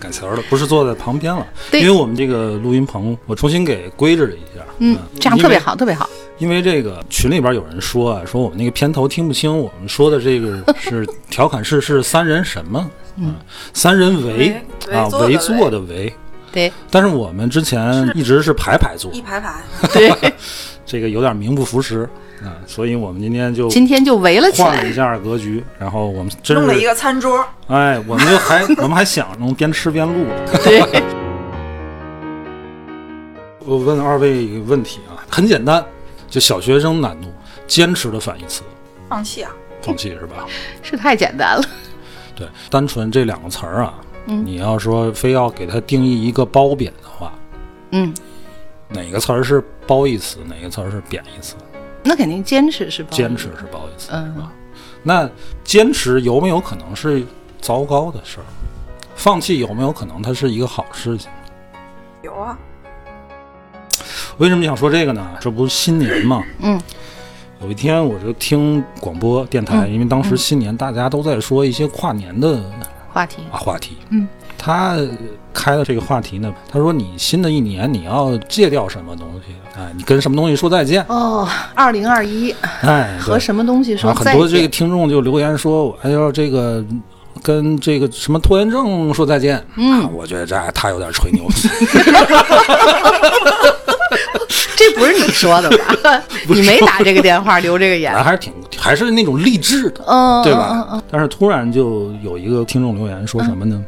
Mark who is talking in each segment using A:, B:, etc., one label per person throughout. A: 改词儿了，不是坐在旁边了，
B: 对
A: 因为我们这个录音棚我重新给规制了一下，
B: 嗯，这样
A: 因为
B: 特别好，特别好。
A: 因为这个群里边有人说啊，说我们那个片头听不清，我们说的这 个是调侃世事三人什么？嗯，三人围
C: 围
A: 啊，围
C: 围坐
A: 坐的围。
B: 对
A: 但是我们之前一直是排排坐，
C: 一 排排，
B: 对，
A: 这个有点名不符实啊，所以我们今天就
B: 今天就围了起
A: 换了一
B: 来。
A: 下格局，然后我们真
C: 弄了一
A: 是
C: 个餐桌，
A: 哎，我们就 还我们还想能边吃边录。
B: 对，
A: 我问二位一个问题啊，很简单，就小学生难度，坚持的反义词，
C: 放弃啊！
A: 放弃是吧？
B: 是太简单了。
A: 对，单纯这两个词儿啊，你要说非要给它定义一个褒贬的话，
B: 嗯，
A: 哪个词儿是褒义词，哪个词儿是贬义词？
B: 那肯定坚持是吧？
A: 坚持是褒义词，
B: 嗯
A: 是吧？那坚持有没有可能是糟糕的事儿？放弃有没有可能它是一个好事情？
C: 有啊，
A: 为什么想说这个呢？这不是新年嘛？
B: 嗯。
A: 有一天我就听广播电台，
B: 嗯
A: 因为当时新年大家都在说一些跨年的
B: 话题
A: 啊话题。
B: 嗯，
A: 他开了这个话题呢，他说你新的一年你要戒掉什么东西？哎，你跟什么东西说再见？
B: 哦，二零二一
A: 哎，
B: 和
A: 对
B: 什么东西
A: 然
B: 说
A: 后很
B: 再
A: 多这个
B: 见？
A: 听众就留言说，哎呦，这个跟这个什么拖延症说再见。嗯、我觉得这他有点吹 牛，
B: 这不是你说的吧？你没打这个电话，留这个言
A: 咱。还是挺还是那种励志的。
B: 啊嗯，
A: 对吧？但是突然就有一个听众留言说什么呢？
B: 嗯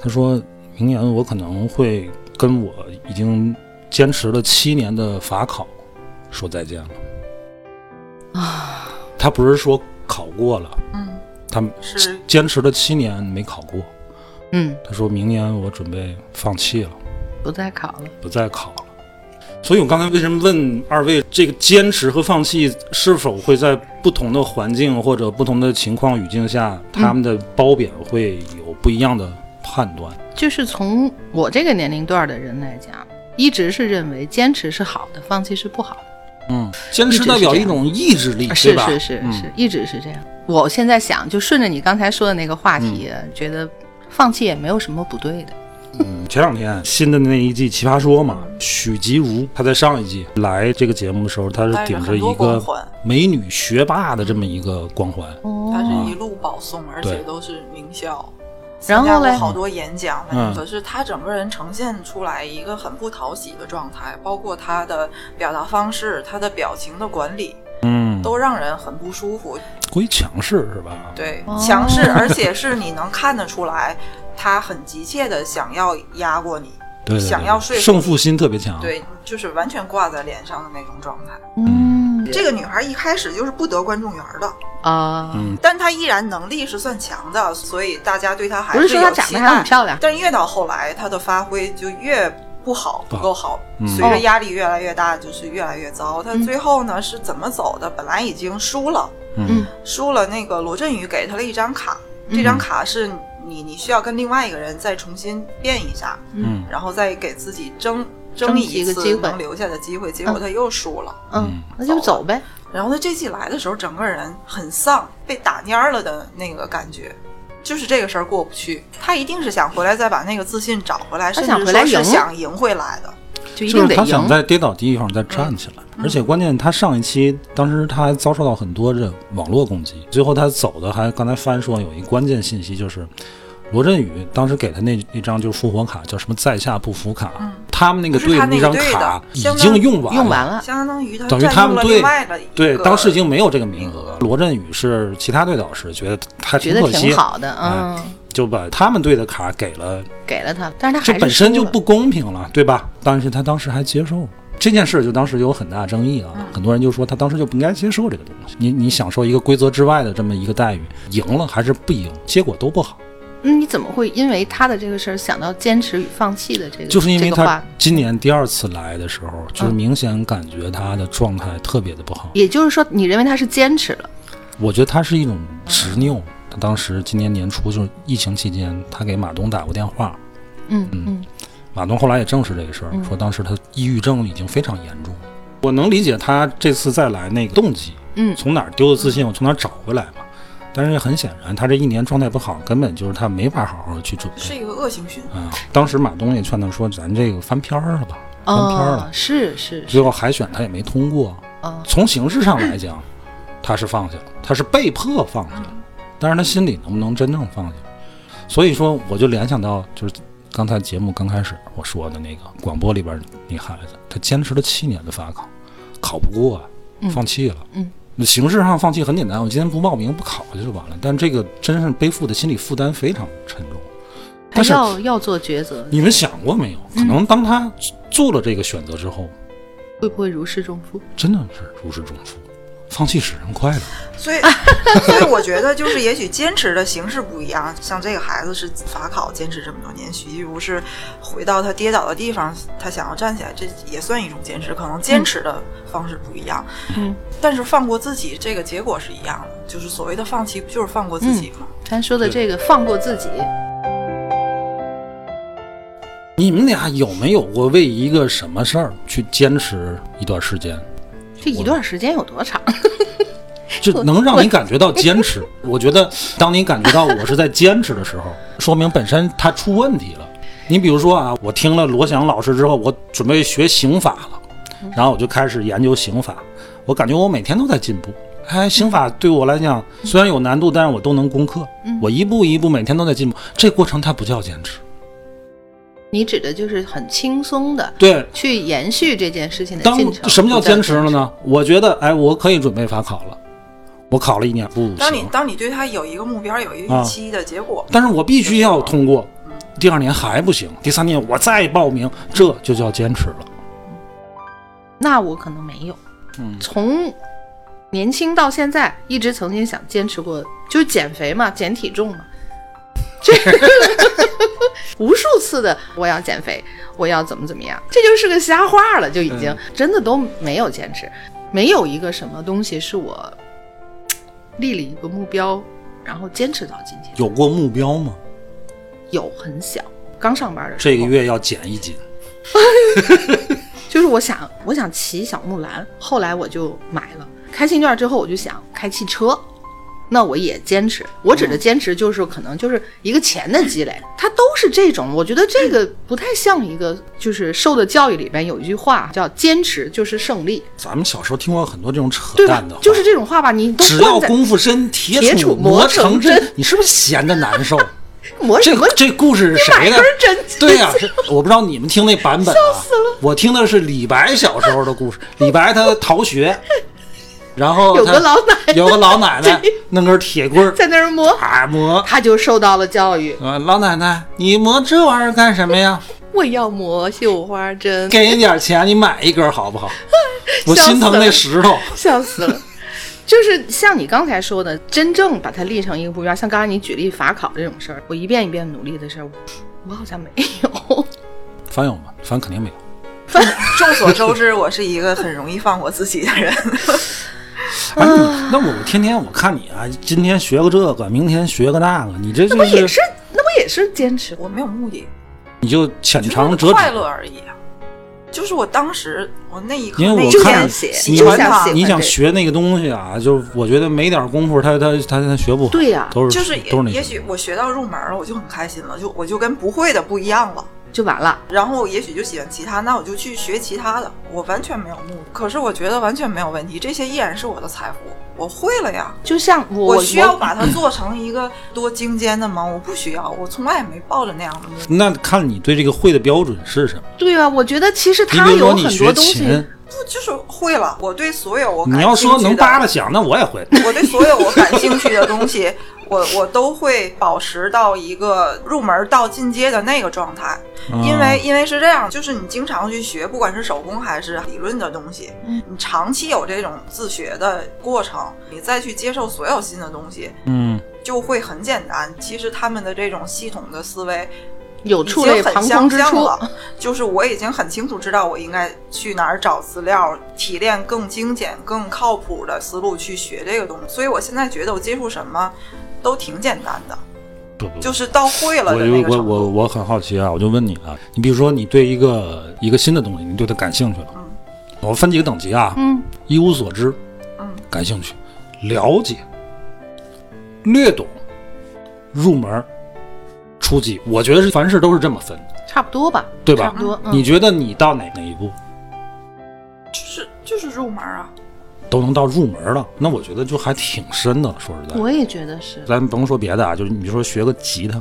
A: 他说明年我可能会跟我已经坚持了七年的法考说再见了。啊，他不是说考过了，
C: 嗯，
A: 他
C: 是
A: 坚持了七年没考过。
B: 嗯，
A: 他说明年我准备放弃了，
B: 不再考了。
A: 不再考了。所以我刚才为什么问二位，这个坚持和放弃是否会在不同的环境或者不同的情况语境下，
C: 嗯
A: 他们的褒贬会有不一样的判断？
B: 就是从我这个年龄段的人来讲，一直是认为坚持是好的，放弃是不好的。
A: 嗯，坚持代表一种意志力，对
B: 是
A: 吧？
B: 是是
A: 嗯
B: 是，一直是这样。我现在想，就顺着你刚才说的那个话题，觉得放弃也没有什么不对的。
A: 嗯前两天新的那一季《奇葩说》嘛，许吉如她在上一季来这个节目的时候，她是
C: 带着
A: 顶着
C: 很多
A: 一个
C: 光环，
A: 美女学霸的这么一个光环，
C: 他
B: 哦，
C: 是一路保送，而且都是名校，
B: 然后
C: 参加过
B: 嘞
C: 好多演讲，反正
A: 嗯
C: 可是他整个人呈现出来一个很不讨喜的状态，包括他的表达方式、他的表情的管理，
A: 嗯，
C: 都让人很不舒服。
A: 过于强势是吧？
C: 对
B: 哦，
C: 强势，而且是你能看得出来，他很急切的想要压过你，
A: 对对对
C: 想要说服
A: 胜负心特别强，，
C: 对，就是完全挂在脸上的那种状态。
B: 嗯
C: 这个女孩一开始就是不得观众缘的，
A: 嗯
B: 啊，
C: 但她依然能力是算强的，所以大家对她还
B: 不是说她
C: 有
B: 长
C: 期
B: 得还很
C: 待。
B: 漂
A: 哎
B: 亮，
C: 但是越到后来，她的发挥就越不好，
A: 不
C: 不
A: 好嗯哦
C: 够好。随着压力越来越大，就是越来越糟。她最后呢是怎么走的？本来已经输了，
A: 嗯
C: 输了那个罗振宇给她了一张卡，这张卡是你你需要跟另外一个人再重新变一下，
A: 嗯。
C: 然后再给自己争
B: 争
C: 争
B: 取一
C: 一
B: 个
C: 次
B: 机会
C: 能留下的机会。结果她又输了。
B: 嗯，那就走呗。
C: 然后他这季来的时候，整个人很丧，被打蔫儿了的那个感觉，就是这个事儿过不去。他一定是想回来再把那个自信找回来，
B: 他
C: 甚
B: 想
C: 至
B: 回来
C: 说是
B: 赢
C: 想赢回来的。
B: 就一
A: 嗯就是
B: 定得
A: 他想
B: 赢。
A: 在跌倒地方再站起来，
C: 嗯
A: 而且关键他上一期当时他还遭受到很多这网络攻击，最后他走的还刚才翻说有一关键信息就是。罗振宇当时给他那那张就是复活卡，叫什么在下不服卡，他们那个
C: 嗯不是
A: 队
C: 他
A: 伍那
C: 那
A: 张
C: 个队的
A: 卡已
C: 相
A: 经
C: 当
A: 用完
B: 用完了，
C: 相当于他
A: 等于他
C: 占用
A: 们
C: 了
A: 队
C: 另外的一个
A: 对，当时已经没有这个名额。罗振宇是其他队导师，觉得他
B: 觉
A: 挺
B: 得
A: 可惜
B: 挺，好的，
A: 哎
B: 嗯，
A: 就把他们队的卡给了
B: 给了他，但是他
A: 这
B: 还是
A: 本身
B: 输
A: 就
B: 了
A: 不公平了，对吧？但是他当时还接受了这件事，就当时有很大争议啊。
B: 嗯
A: 很多人就说他当时就不应该接受这个东西。你你享受一个规则之外的这么一个待遇，赢了还是不赢，结果都不好。
B: 嗯，你怎么会因为他的这个事儿想到坚持与放弃的这个？
A: 就是因为
B: 嗯这个
A: 他
B: 话，
A: 今年第二次来的时候，就是
B: 嗯
A: 明显感觉他的状态特别的不好。
B: 也就是说，你认为他是坚持了，
A: 我觉得他是一种执拗。他当时今年年初就是疫情期间，他给马东打过电话，
B: 嗯嗯
A: 马东后来也证实这个事儿，说当时他抑郁症已经非常严重。我能理解他这次再来那个动机，
B: 嗯
A: 从哪儿丢的自信，我从哪儿找回来嘛。但是很显然，他这一年状态不好，根本就是他没法好好去准
C: 是
A: 备
C: 一个恶性循环。
A: 啊。当时马东也劝他说：“咱这个翻篇儿了吧，翻篇儿
B: 哦
A: 了，。
B: 是是是，
A: 最后海选他也没通过，
B: 哦
A: 从形式上来讲，他是放下了，他是被迫放下
B: 嗯
A: 了，但是他心里能不能真正放下？所以说，我就联想到就是刚才节目刚开始我说的那个广播里边那孩子，他坚持了七年的法考，考不过啊，放弃了。
B: 嗯
A: 那形式上放弃很简单，我今天不报名不考就完了。但这个真是背负的心理负担非常沉重。
B: 他
A: 但是
B: 要嗯要做抉择，
A: 你们想过没有？可能当他做了这个选择之后，
B: 会不会如释重负？
A: 真的是如释重负，放弃使人快乐。
C: 所以， 所以我觉得就是，也许坚持的形式不一样。像这个孩子是法考坚持这么多年，许一如是回到他跌倒的地方，他想要站起来，这也算一种坚持。可能
A: 嗯
C: 坚持的方式不一样，
B: 嗯，
C: 但是放过自己，这个结果是一样的。就是所谓的放弃，不就是放过自己
A: 嗯
C: 吗？
B: 他说的
A: 对
B: 这个放过自己，
A: 你们俩有没有过为一个什么事儿去坚持一段时间，
B: 这一段时间有多长？
A: 就能让你感觉到坚持？我觉得，当你感觉到我是在坚持的时候，说明本身它出问题了。你比如说啊，我听了罗翔老师之后，我准备学刑法了，然后我就开始研究刑法，我感觉我每天都在进步。哎，刑法对我来讲虽然有难度，但是我都能攻克。我一步一步每天都在进步，这过程它不叫坚持。
B: 你指的就是很轻松的
A: 对，
B: 去延续这件事情的
A: 当
B: 哎进程。
A: 什么叫
B: 不
A: 坚持了？呢？我觉得，哎，我可以准备法考了，我考了一年不
C: 当你
A: 行，啊
C: 当你对他有一个目标，有一个预期的结果，
A: 但是我必须要通过，第二年还不行，第三年我再报名，这就叫坚持了。
B: 那我可能没有。
A: 嗯
B: 从年轻到现在，一直曾经想坚持过，就是减肥嘛，减体重嘛，这 无数次的我要减肥，我要怎么怎么样，这就是个瞎话了，就已
A: 嗯
B: 经、真的都没有坚持，没有一个什么东西是我立了一个目标，然后坚持到今天。
A: 有过目标吗？
B: 有很小，刚上班的时候，
A: 这个月要减一斤，
B: 就是我想，我想骑小木兰，后来我就买了。开信券之后，我就想开汽车，那我也坚持。我指的
A: 嗯
B: 坚持就是可能就是一个钱的积累，它都是这种。我觉得这个不太像一个就是受的教育里边有一句话叫“坚持就是胜利
A: 咱们小时候听过很多这种”，扯
B: 对吧
A: 淡的话，
B: 就是这种话吧，你都
A: 只要
B: 惯在
A: 功夫深，
B: 铁
A: 铁
B: 杵磨
A: 磨
B: 成针
A: 针。你是不是闲的难受？
B: 磨什
A: 这
B: 么
A: 这故事是谁
B: 哪
A: 的
B: 根？针？
A: 对呀、是我不知道你们听那版本啊，我听的是李白小时候的故事。李白他逃学，然后
B: 有个
A: 他
B: 老奶奶
A: 有个老奶奶弄根铁棍儿
B: 在那儿磨，
A: 啊磨，
B: 他就受到了教育。
A: 啊老奶奶你磨这玩意儿干什么呀？
B: 我要磨绣花针，
A: 给你点钱你买一根好不 好？我
B: 笑死
A: 心疼那
B: 了
A: 石头。
B: 笑死 了。就是像你刚才说的，真正把它立成一个目标，像刚才你举例法考这种事儿，我一遍一遍努力的事儿，我好像没有。
A: 翻有吗？翻肯定没有。
C: 众所周知，我是一个很容易放过自己的 人。
A: 哎，
B: 啊
A: 你那我天天我看你啊，今天学个这个，明天学个那个，你这
B: 那
C: 嗯
A: 就
B: 不也
A: 是
B: 是，那不也是坚持？
C: 我没有目的，
A: 你就浅尝
C: 就
A: 辄
C: 是快
A: 止。
C: 乐而已啊。就是我当时，我那一刻，
A: 因为
C: 那
A: 我
C: 一刻
A: 看
B: 就想写
A: 你
C: 就
A: 们
C: 想写
A: 你
B: 反
A: 想
B: 对
A: 学那个东西啊，就是我觉得没点功夫，他他他他学不好。
B: 对呀
A: 都是
C: 就是
A: 都是那
C: 也
A: 些
C: 也许我学到入门了，我就很开心了，就我就跟不会的不一样了。
B: 就完了。
C: 然后也许就喜欢其他，那我就去学其他的，我完全没有目的。可是我觉得完全没有问题，这些依然是我的财富，我会了呀。
B: 就像我，
C: 我需要把它做成一个多精尖的吗？我不需要，我从来也没抱着那样的目的。
A: 那看你对这个会的标准是什么？
B: 对啊，我觉得其实
A: 你
B: 它
A: 比如
B: 有
A: 说你
B: 很
A: 学
B: 多东西
A: 琴，，
C: 不就是会了？我对所有我感
A: 你要说
C: 兴趣
A: 能
C: 的
A: 扒拉响，那我也会。
C: 我对所有我感兴趣的东西，我我都会保持到一个入门到进阶的那个状态，
A: 嗯
C: 因
A: 啊
C: 为因为是这样，就是你经常去学，不管是手工还是理论的东西，你长期有这种自学的过程，你再去接受所有新的东西，
A: 嗯，
C: 就会很简单。其实他们的这种系统的思维
B: 有
C: 已
B: 触类
C: 经很
B: 旁通
C: 相
B: 之
C: 像
B: 处。
C: 了，就是我已经很清楚知道我应该去哪儿找资料，提炼更精简、更靠谱的思路去学这个东西。所以我现在觉得我接触什么都挺简单的，
A: 不不，
C: 就是到会了
A: 我
C: 的
A: 就
C: 那个
A: 我
C: 程
A: 我
C: 度。
A: 我很好奇啊，我就问你啊，你比如说你对一个一个新的东西，你对它感兴趣了，
C: 嗯
A: 我分几个等级啊，
B: 嗯，
A: 一无所知，
C: 嗯，
A: 感兴趣，了解，略懂，入门，初级，我觉得是凡事都是这么分，
B: 差不多吧，
A: 对吧
B: 差不多，
A: 你
B: 嗯，
A: 觉得你到哪哪一步
C: 就是就是入门啊，
A: 都能到入门了，那我觉得就还挺深的了。说实在，
B: 我也觉得是，
A: 咱甭说别的啊，就是你比如说学个吉他，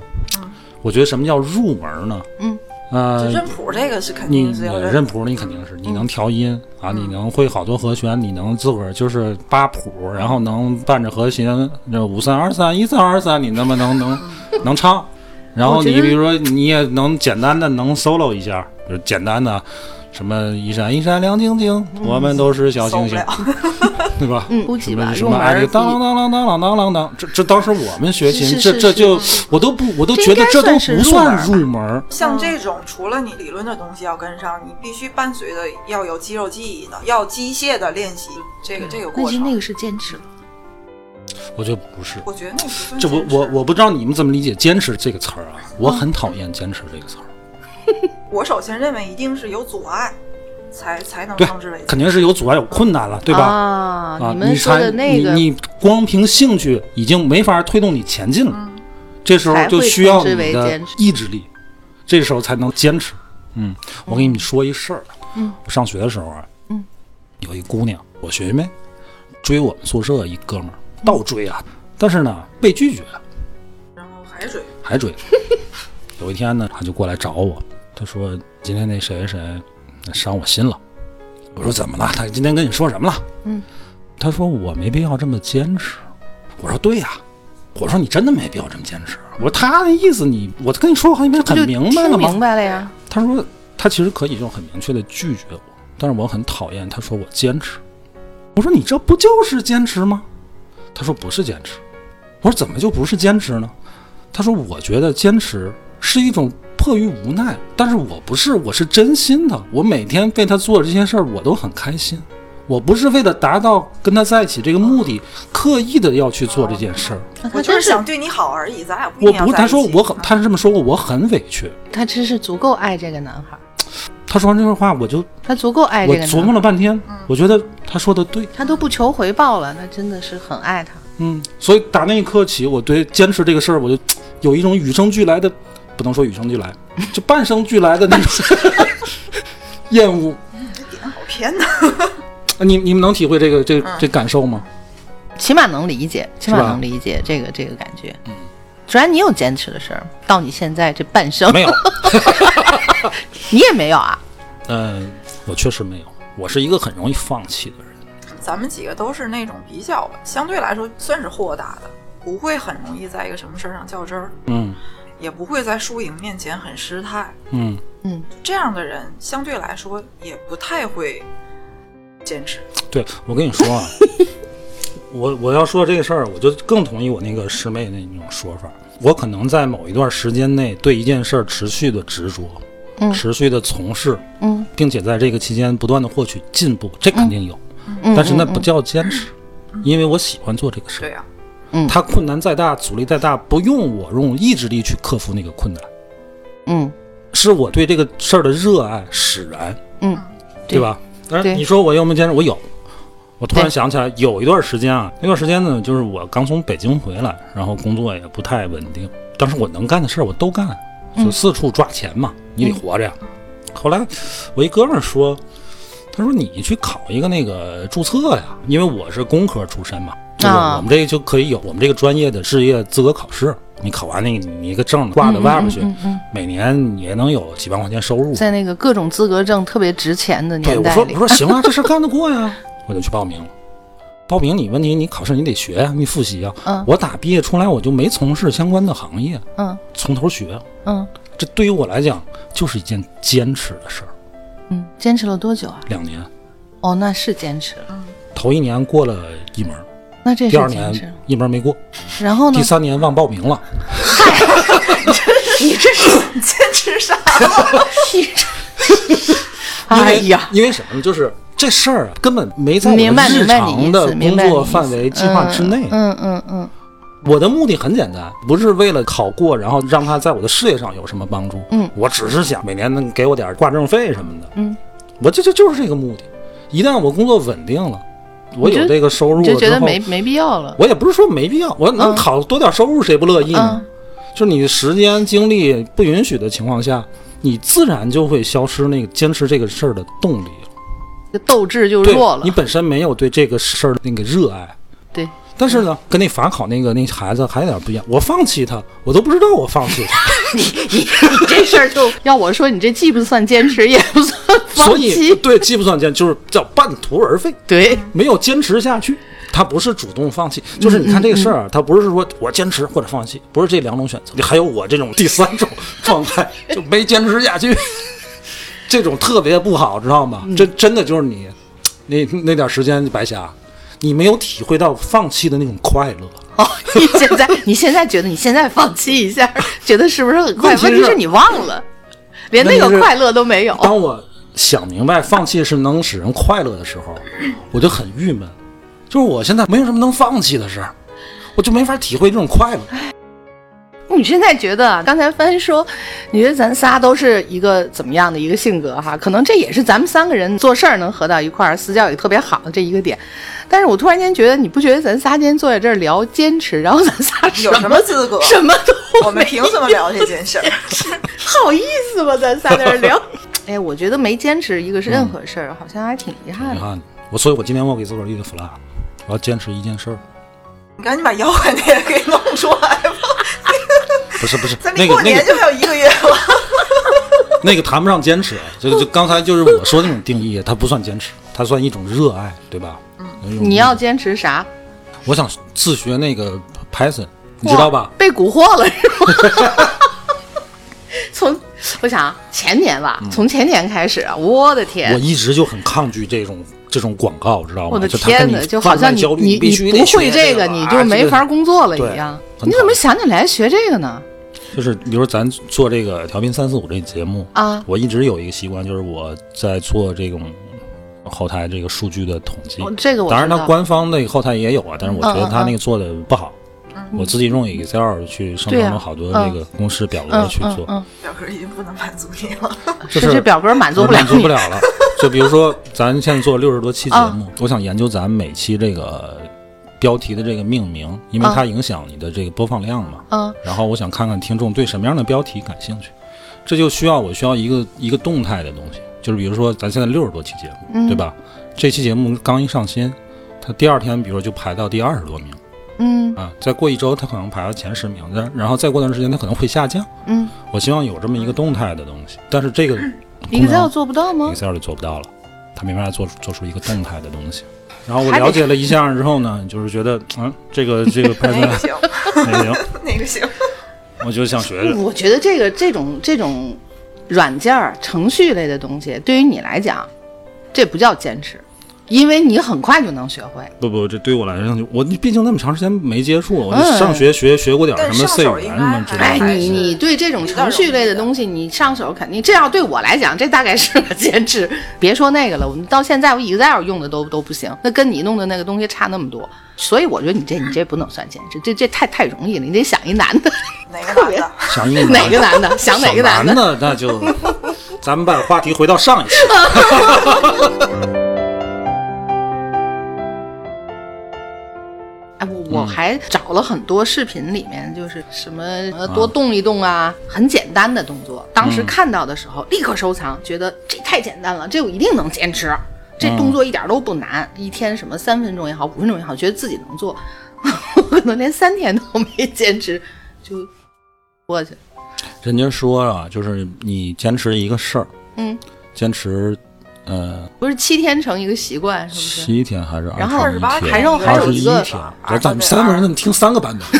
A: 我觉得什么叫入门呢？
B: 嗯，
C: 嗯就
A: 呃，
C: 认谱这个是肯
A: 你
C: 定是
A: 你
C: 要
A: 认谱，你肯定是
B: 嗯
A: 你能调音啊，你能会好多和弦，你能自个儿就是扒谱，然后能伴着和弦，那五三二三一三二三，你那么能能能唱。然后
B: 嗯我觉
A: 你
B: 得
A: 比如说你也能简单的能 solo 一下，就是简单的什么一闪一闪亮晶晶，我们都是小
C: 搜
A: 星
C: 不
A: 星
C: 了，。
A: 对吧？
B: 嗯估
A: 什
B: 计
A: 么
B: 吧
A: 什
B: 入
A: 么
B: 门
A: 爱
B: 儿
A: 这
B: 比
A: 当啷当啷当啷当啷当，这这当时我们学琴，
B: 是
A: 这
B: 是
A: 这
B: 是
A: 就是我都不我都
B: 这
A: 觉
B: 应
A: 得
B: 该
A: 这都
B: 算是
A: 不
B: 入门
A: 算
B: 儿
A: 入门儿。
B: 嗯
C: 像这种除了你理论的东西要跟上，你必须伴随着要有肌肉记忆的，要机械的练习这个这个
B: 嗯那
C: 过
B: 是那
C: 程。
B: 个是坚持了，
A: 我觉得不是，
C: 我觉得那不算
A: 这我
C: 坚持
A: 我我不知道你们怎么理解“坚持”这个词儿啊，我很讨厌“坚持”这个词儿。
C: 我首先认为一定是有阻碍，才才能
A: 对
C: 称之为，
A: 肯定是有阻碍、有困难了，对吧？
B: 啊，
A: 啊，
B: 你们说的
A: 才
B: 那个
A: 你你光凭兴趣已经没法推动你前进了，
C: 嗯
A: 这时候就需要你
B: 才会称之为
A: 的
B: 坚持
A: 意志力，这时候才能坚持。嗯，我跟你说一事儿，嗯，我上学的时候啊，
B: 嗯，
A: 有一姑娘，我学妹，追我们宿舍一哥们儿，倒追啊，但是呢被拒绝，
C: 然后还追
A: 还追。 有一天呢，他就过来找我，他说今天那谁谁谁伤我心了。我说怎么了？他今天跟你说什么了？
B: 嗯，
A: 他说我没必要这么坚持。我说对呀、我说你真的没必要这么坚持。我说他的意思你，我跟你说话你不是
B: 就
A: 很明白了
B: 听
A: 吗？
B: 明白了呀，
A: 他说他其实可以就很明确的拒绝我，但是我很讨厌他说我坚持。我说你这不就是坚持吗？他说不是坚持。我说怎么就不是坚持呢？他说我觉得坚持是一种迫于无奈，但是我不是，我是真心的。我每天为他做这些事儿，我都很开心。我不是为了达到跟他在一起这个目的，刻意的要去做这件事儿。
B: 啊他
C: 我就
B: 真
C: 是
B: 是
C: 想对你好而已，咱俩不一
A: 我
C: 哦定要
A: 不，
C: 在
A: 他
C: 一起嗯啊
A: 说我很，他是这么说过，我很委屈。
B: 他真是足够爱这个男孩儿，
A: 他说完这句话，我就
B: 他足够爱这
A: 我
B: 个男嗯
A: 琢
B: 孩
A: 磨
B: 儿，
A: 了半天，我觉得他说的对，
B: 他都不求回报了，他真的是很爱他。
A: 嗯，所以打那一刻起，我对坚持这个事儿，我就有一种与生俱来的，不能说与生俱来，就半生俱来的那 种厌恶。啊
C: 好偏呐。
A: 你你们能体会这个
B: 嗯
A: 这这感受吗？
B: 起码能理解，起码
A: 是吧
B: 能理解这个这个感觉。嗯，主然你有坚持的事儿吗，到你现在这半生，
A: 没有，
B: 你也没有啊？
A: 嗯、我确实没有，我是一个很容易放弃的人。
C: 咱们几个都是那种比较相对来说算是豁达的，不会很容易在一个什么事儿上较真儿，
A: 嗯
C: 也不会在输赢面前很失态。
A: 嗯，
B: 嗯，
C: 这样的人相对来说也不太会坚持。
A: 对，我跟你说啊，我我要说这个事儿，我就更同意我那个师妹那种说法。我可能在某一段时间内对一件事儿持续的执着，
B: 嗯
A: 持续的从事，
B: 嗯，
A: 并且在这个期间不断的获取进步，这肯定有，
B: 嗯
A: 但是那不叫坚持，因为我喜欢做这个事
C: 对
A: 儿。
C: 呀、
B: 嗯
A: 它困难再大，阻力再大，不用我用意志力去克服那个困难，
B: 嗯
A: 是我对这个事儿的热爱使然。
B: 嗯，
A: 对吧？但是
B: 对
A: 你说我有没有坚持？我有。我突然
B: 对
A: 想起来，有一段时间啊，那段时间呢，就是我刚从北京回来，然后工作也不太稳定，当时我能干的事儿我都干，
B: 嗯
A: 就四处抓钱嘛，你得活着呀。后来我一哥们儿说，他说你去考一个那个注册呀，因为我是工科出身嘛，就是
B: 啊
A: 我们这就可以有我们这个专业的职业资格考试，你考完那个你一个证挂到外边
B: 嗯
A: 去，每年你也能有几万块钱收入，
B: 在那个各种资格证特别值钱的
A: 对，
B: 年
A: 我
B: 代
A: 说
B: 里
A: 我，说行啊，这事儿干得过呀， 我就去报名了。报名你问题，你考试你得学啊呀，你复习呀。
B: 嗯
A: 我打毕业出来我就没从事相关的行业，
B: 嗯
A: 从头学，
B: 嗯
A: 这对于我来讲就是一件坚持的事儿。
B: 嗯，坚持了多久啊？
A: 两年，
B: 哦，那是坚持了。
A: 头一年过了一门儿，
B: 那这
A: 第二
B: 是坚持
A: 年。一门没过，
B: 然后呢
A: 第？三年忘报名了。
B: 你这是
C: 坚持啥？
B: 哎呀，
A: 因为什么呢？就是这事儿啊，根本没在我
B: 明白
A: 日
B: 明白你
A: 常
B: 意
A: 的
B: 思，明
A: 工
B: 白你
A: 作
B: 意思
A: 范围计划之内。
B: 嗯嗯嗯
A: 我的目的很简单，不是为了考过，然后让他在我的事业上有什么帮助。
B: 嗯，
A: 我只是想每年能给我点挂证费什么的。
B: 嗯，
A: 我这就就是这个目的。一旦我工作稳定了，我
B: 你就
A: 有这个收入了
B: 嗯，
A: 之
B: 就
A: 后，
B: 觉得没没必要了。
A: 我也不是说没必要，我能
B: 嗯
A: 考多点收入，谁不乐意呢？
B: 嗯
A: 就是你时间精力不允许的情况下，你自然就会消失那个坚持这个事儿的动力。
B: 这斗志就
A: 对
B: 弱了
A: 你。本身没有对这个事儿的那个热爱。
B: 对，
A: 但是
B: 嗯
A: 呢，跟那法考那个那孩子还有点不一样。我放弃他，我都不知道我放弃他，
B: 这事儿就 要我说，你这既不算坚持，也不算 放
A: 所以
B: 弃。
A: 对，既不算坚，就是叫半途而废，
B: 对，
A: 没有坚持下去。他不是主动放弃，
B: 嗯
A: 就是你看这个事儿啊，他不是说我坚持或者放弃，不是这两种选择，还有我这种第三种状 态，就没坚持下去，这种特别不好，知道吗？
B: 嗯
A: 这真的就是你那那点时间白瞎，你没有体会到放弃的那种快乐。
B: 哦， 你现在你现在觉得你现在放弃一下，觉得是不是很快？
A: 问题是
B: 问题是你忘了，连那
A: 问题
B: 个
A: 是
B: 快乐都没有。
A: 当我想明白放弃是能使人快乐的时候，我就很郁闷，就是我现在没有什么能放弃的事儿，我就没法体会这种快乐。
B: 你现在觉得啊，刚才帆说，你觉得咱仨都是一个怎么样的一个性格哈？可能这也是咱们三个人做事儿能合到一块儿，私交也特别好的这一个点。但是我突然间觉得，你不觉得咱仨今天坐在这儿聊坚持，然后咱仨
C: 有
B: 什
C: 什么资格？
B: 什么
C: 我
B: 都
C: 们
B: 没
C: 凭什么聊这 件事儿？
B: 好意思吗？咱仨在这儿聊。哎，我觉得没坚持一个是任何事儿，好像还挺遗憾
A: 你
B: 的。
A: 看，我所以，我今天我给自个儿立个 flag，我要坚持一件事儿。
C: 你赶紧把摇滚那个给弄出来吧！
A: 不是不是
C: 咱，离
A: 那个
C: 过
A: 那
C: 年
A: 个
C: 就还有一个月了，
A: 那个谈不上坚持，啊就就刚才就是我说的那种定义，它不算坚持，它算一种热爱，对吧？嗯
B: 你要，坚持啥？
A: 我想自学那个 Python，你知道
B: 哇
A: 吧？？
B: 被蛊惑了 是吗？从我想啊前年吧，从前年开始啊，我的
A: 嗯
B: 天，
A: 我一直就很抗拒这种这种广告，知道吗？
B: 我的
A: 就它跟
B: 天
A: 你
B: 哪，就
A: 贩
B: 好像
A: 卖
B: 你
A: 焦虑
B: 你
A: 必须
B: 你不
A: 得
B: 会
A: 学
B: 这
A: 这个
B: 个，你
A: 啊
B: 就没
A: 这个
B: 法工作了
A: 对
B: 一样。
A: 很
B: 你怎
A: 讨
B: 么
A: 厌
B: 想起来学这个呢？
A: 就是比如咱做这个调频三四五这节目
B: 啊
A: 我一直有一个习惯，就是我在做这种后台这个数据的统计。
B: 哦这个我
A: 当然，
B: 知道
A: 它官方那个后台也有啊，但是我觉得
B: 嗯嗯嗯
A: 它那个做的不好。我自己用 Excel 去生
B: 对
A: 成
B: 啊
A: 了好多这个公式表格
B: 嗯
A: 去
B: 嗯
A: 做，
B: 嗯，
C: 表哥已经不能满足你 了。
A: 就是
B: 这表格满足不了
A: 满足啊不
B: 你。啊
A: 了了。就比如说， 咱现在做六十多期节目，我想研究咱每期这个标题的这个命名，因为
B: 啊
A: 它影响你的这个播放量嘛。
B: 嗯，
A: 然后我想看看听众对什么样的标题感兴趣，这就需要我需要一个一个动态的东西，就是比如说咱现在六十多期节目，
B: 嗯
A: 对吧？这期节目刚一上新，它第二天比如说就排到第二十多名，
B: 嗯
A: 啊，再过一周它可能排到前十名，然然后再过段时间它可能会下降。
B: 嗯
A: 我希望有这么一个动态的东西，但是这个功能
B: ，Excel 做不到吗？
A: Excel 就做不到了，它没办法做出做出一个动态的东西。然后我了解了一下之后呢，就是觉得嗯，这个这个
C: 那
A: Python
C: 个哎行，
A: 也行，
C: 那个行。
A: 我就想学学。
B: 嗯我觉得这个这种这种软件儿、程序类的东西，对于你来讲，这不叫坚持，因为你很快就能学会。
A: 不不，这对我来说，我毕竟那么长时间没接触，我
B: 嗯
A: 就上学学学过点
C: 但
A: 什么
C: 上
A: C
C: 手
A: 语
C: 应
A: 言
C: 该
A: 什么之
B: 哎
A: 类
C: 还
A: 的。，
B: 你
C: 是
B: 你对这种程序类的东西，你上手肯定，这要对我来讲，这大概是个坚持。 别说那个了，我们到现在我 Excel 用的都都不行，那跟你弄的那个东西差那么多，所以我觉得你这你这不能算坚持，这这太太容易了，你得想一男的，
C: 哪个男的？
A: 想一
B: 哪个 男的，想哪个
A: 男
B: 的，
A: 的，那就咱们把话题回到上一期。
B: 哎，我我还找了很多视频，里面就是什么呃多动一动啊，很简单的动作。当时看到的时候，立刻收藏，觉得这太简单了，这我一定能坚持。这动作一点都不难，一天什么三分钟也好，五分钟也好，觉得自己能做。 我可能连三天都没坚持，就过去了。
A: 人家说啊，就是你坚持一个事儿，
B: 嗯，
A: 坚持，呃，
B: 不是七天成一个习惯，是不是？
A: 七天还是
B: 然后
A: 二十
C: 28
A: 天？
C: 还
B: 有还有
A: 21
B: 一个
A: 天，
C: 二
A: 咱们三
B: 啊
A: 个人怎么听三个版本？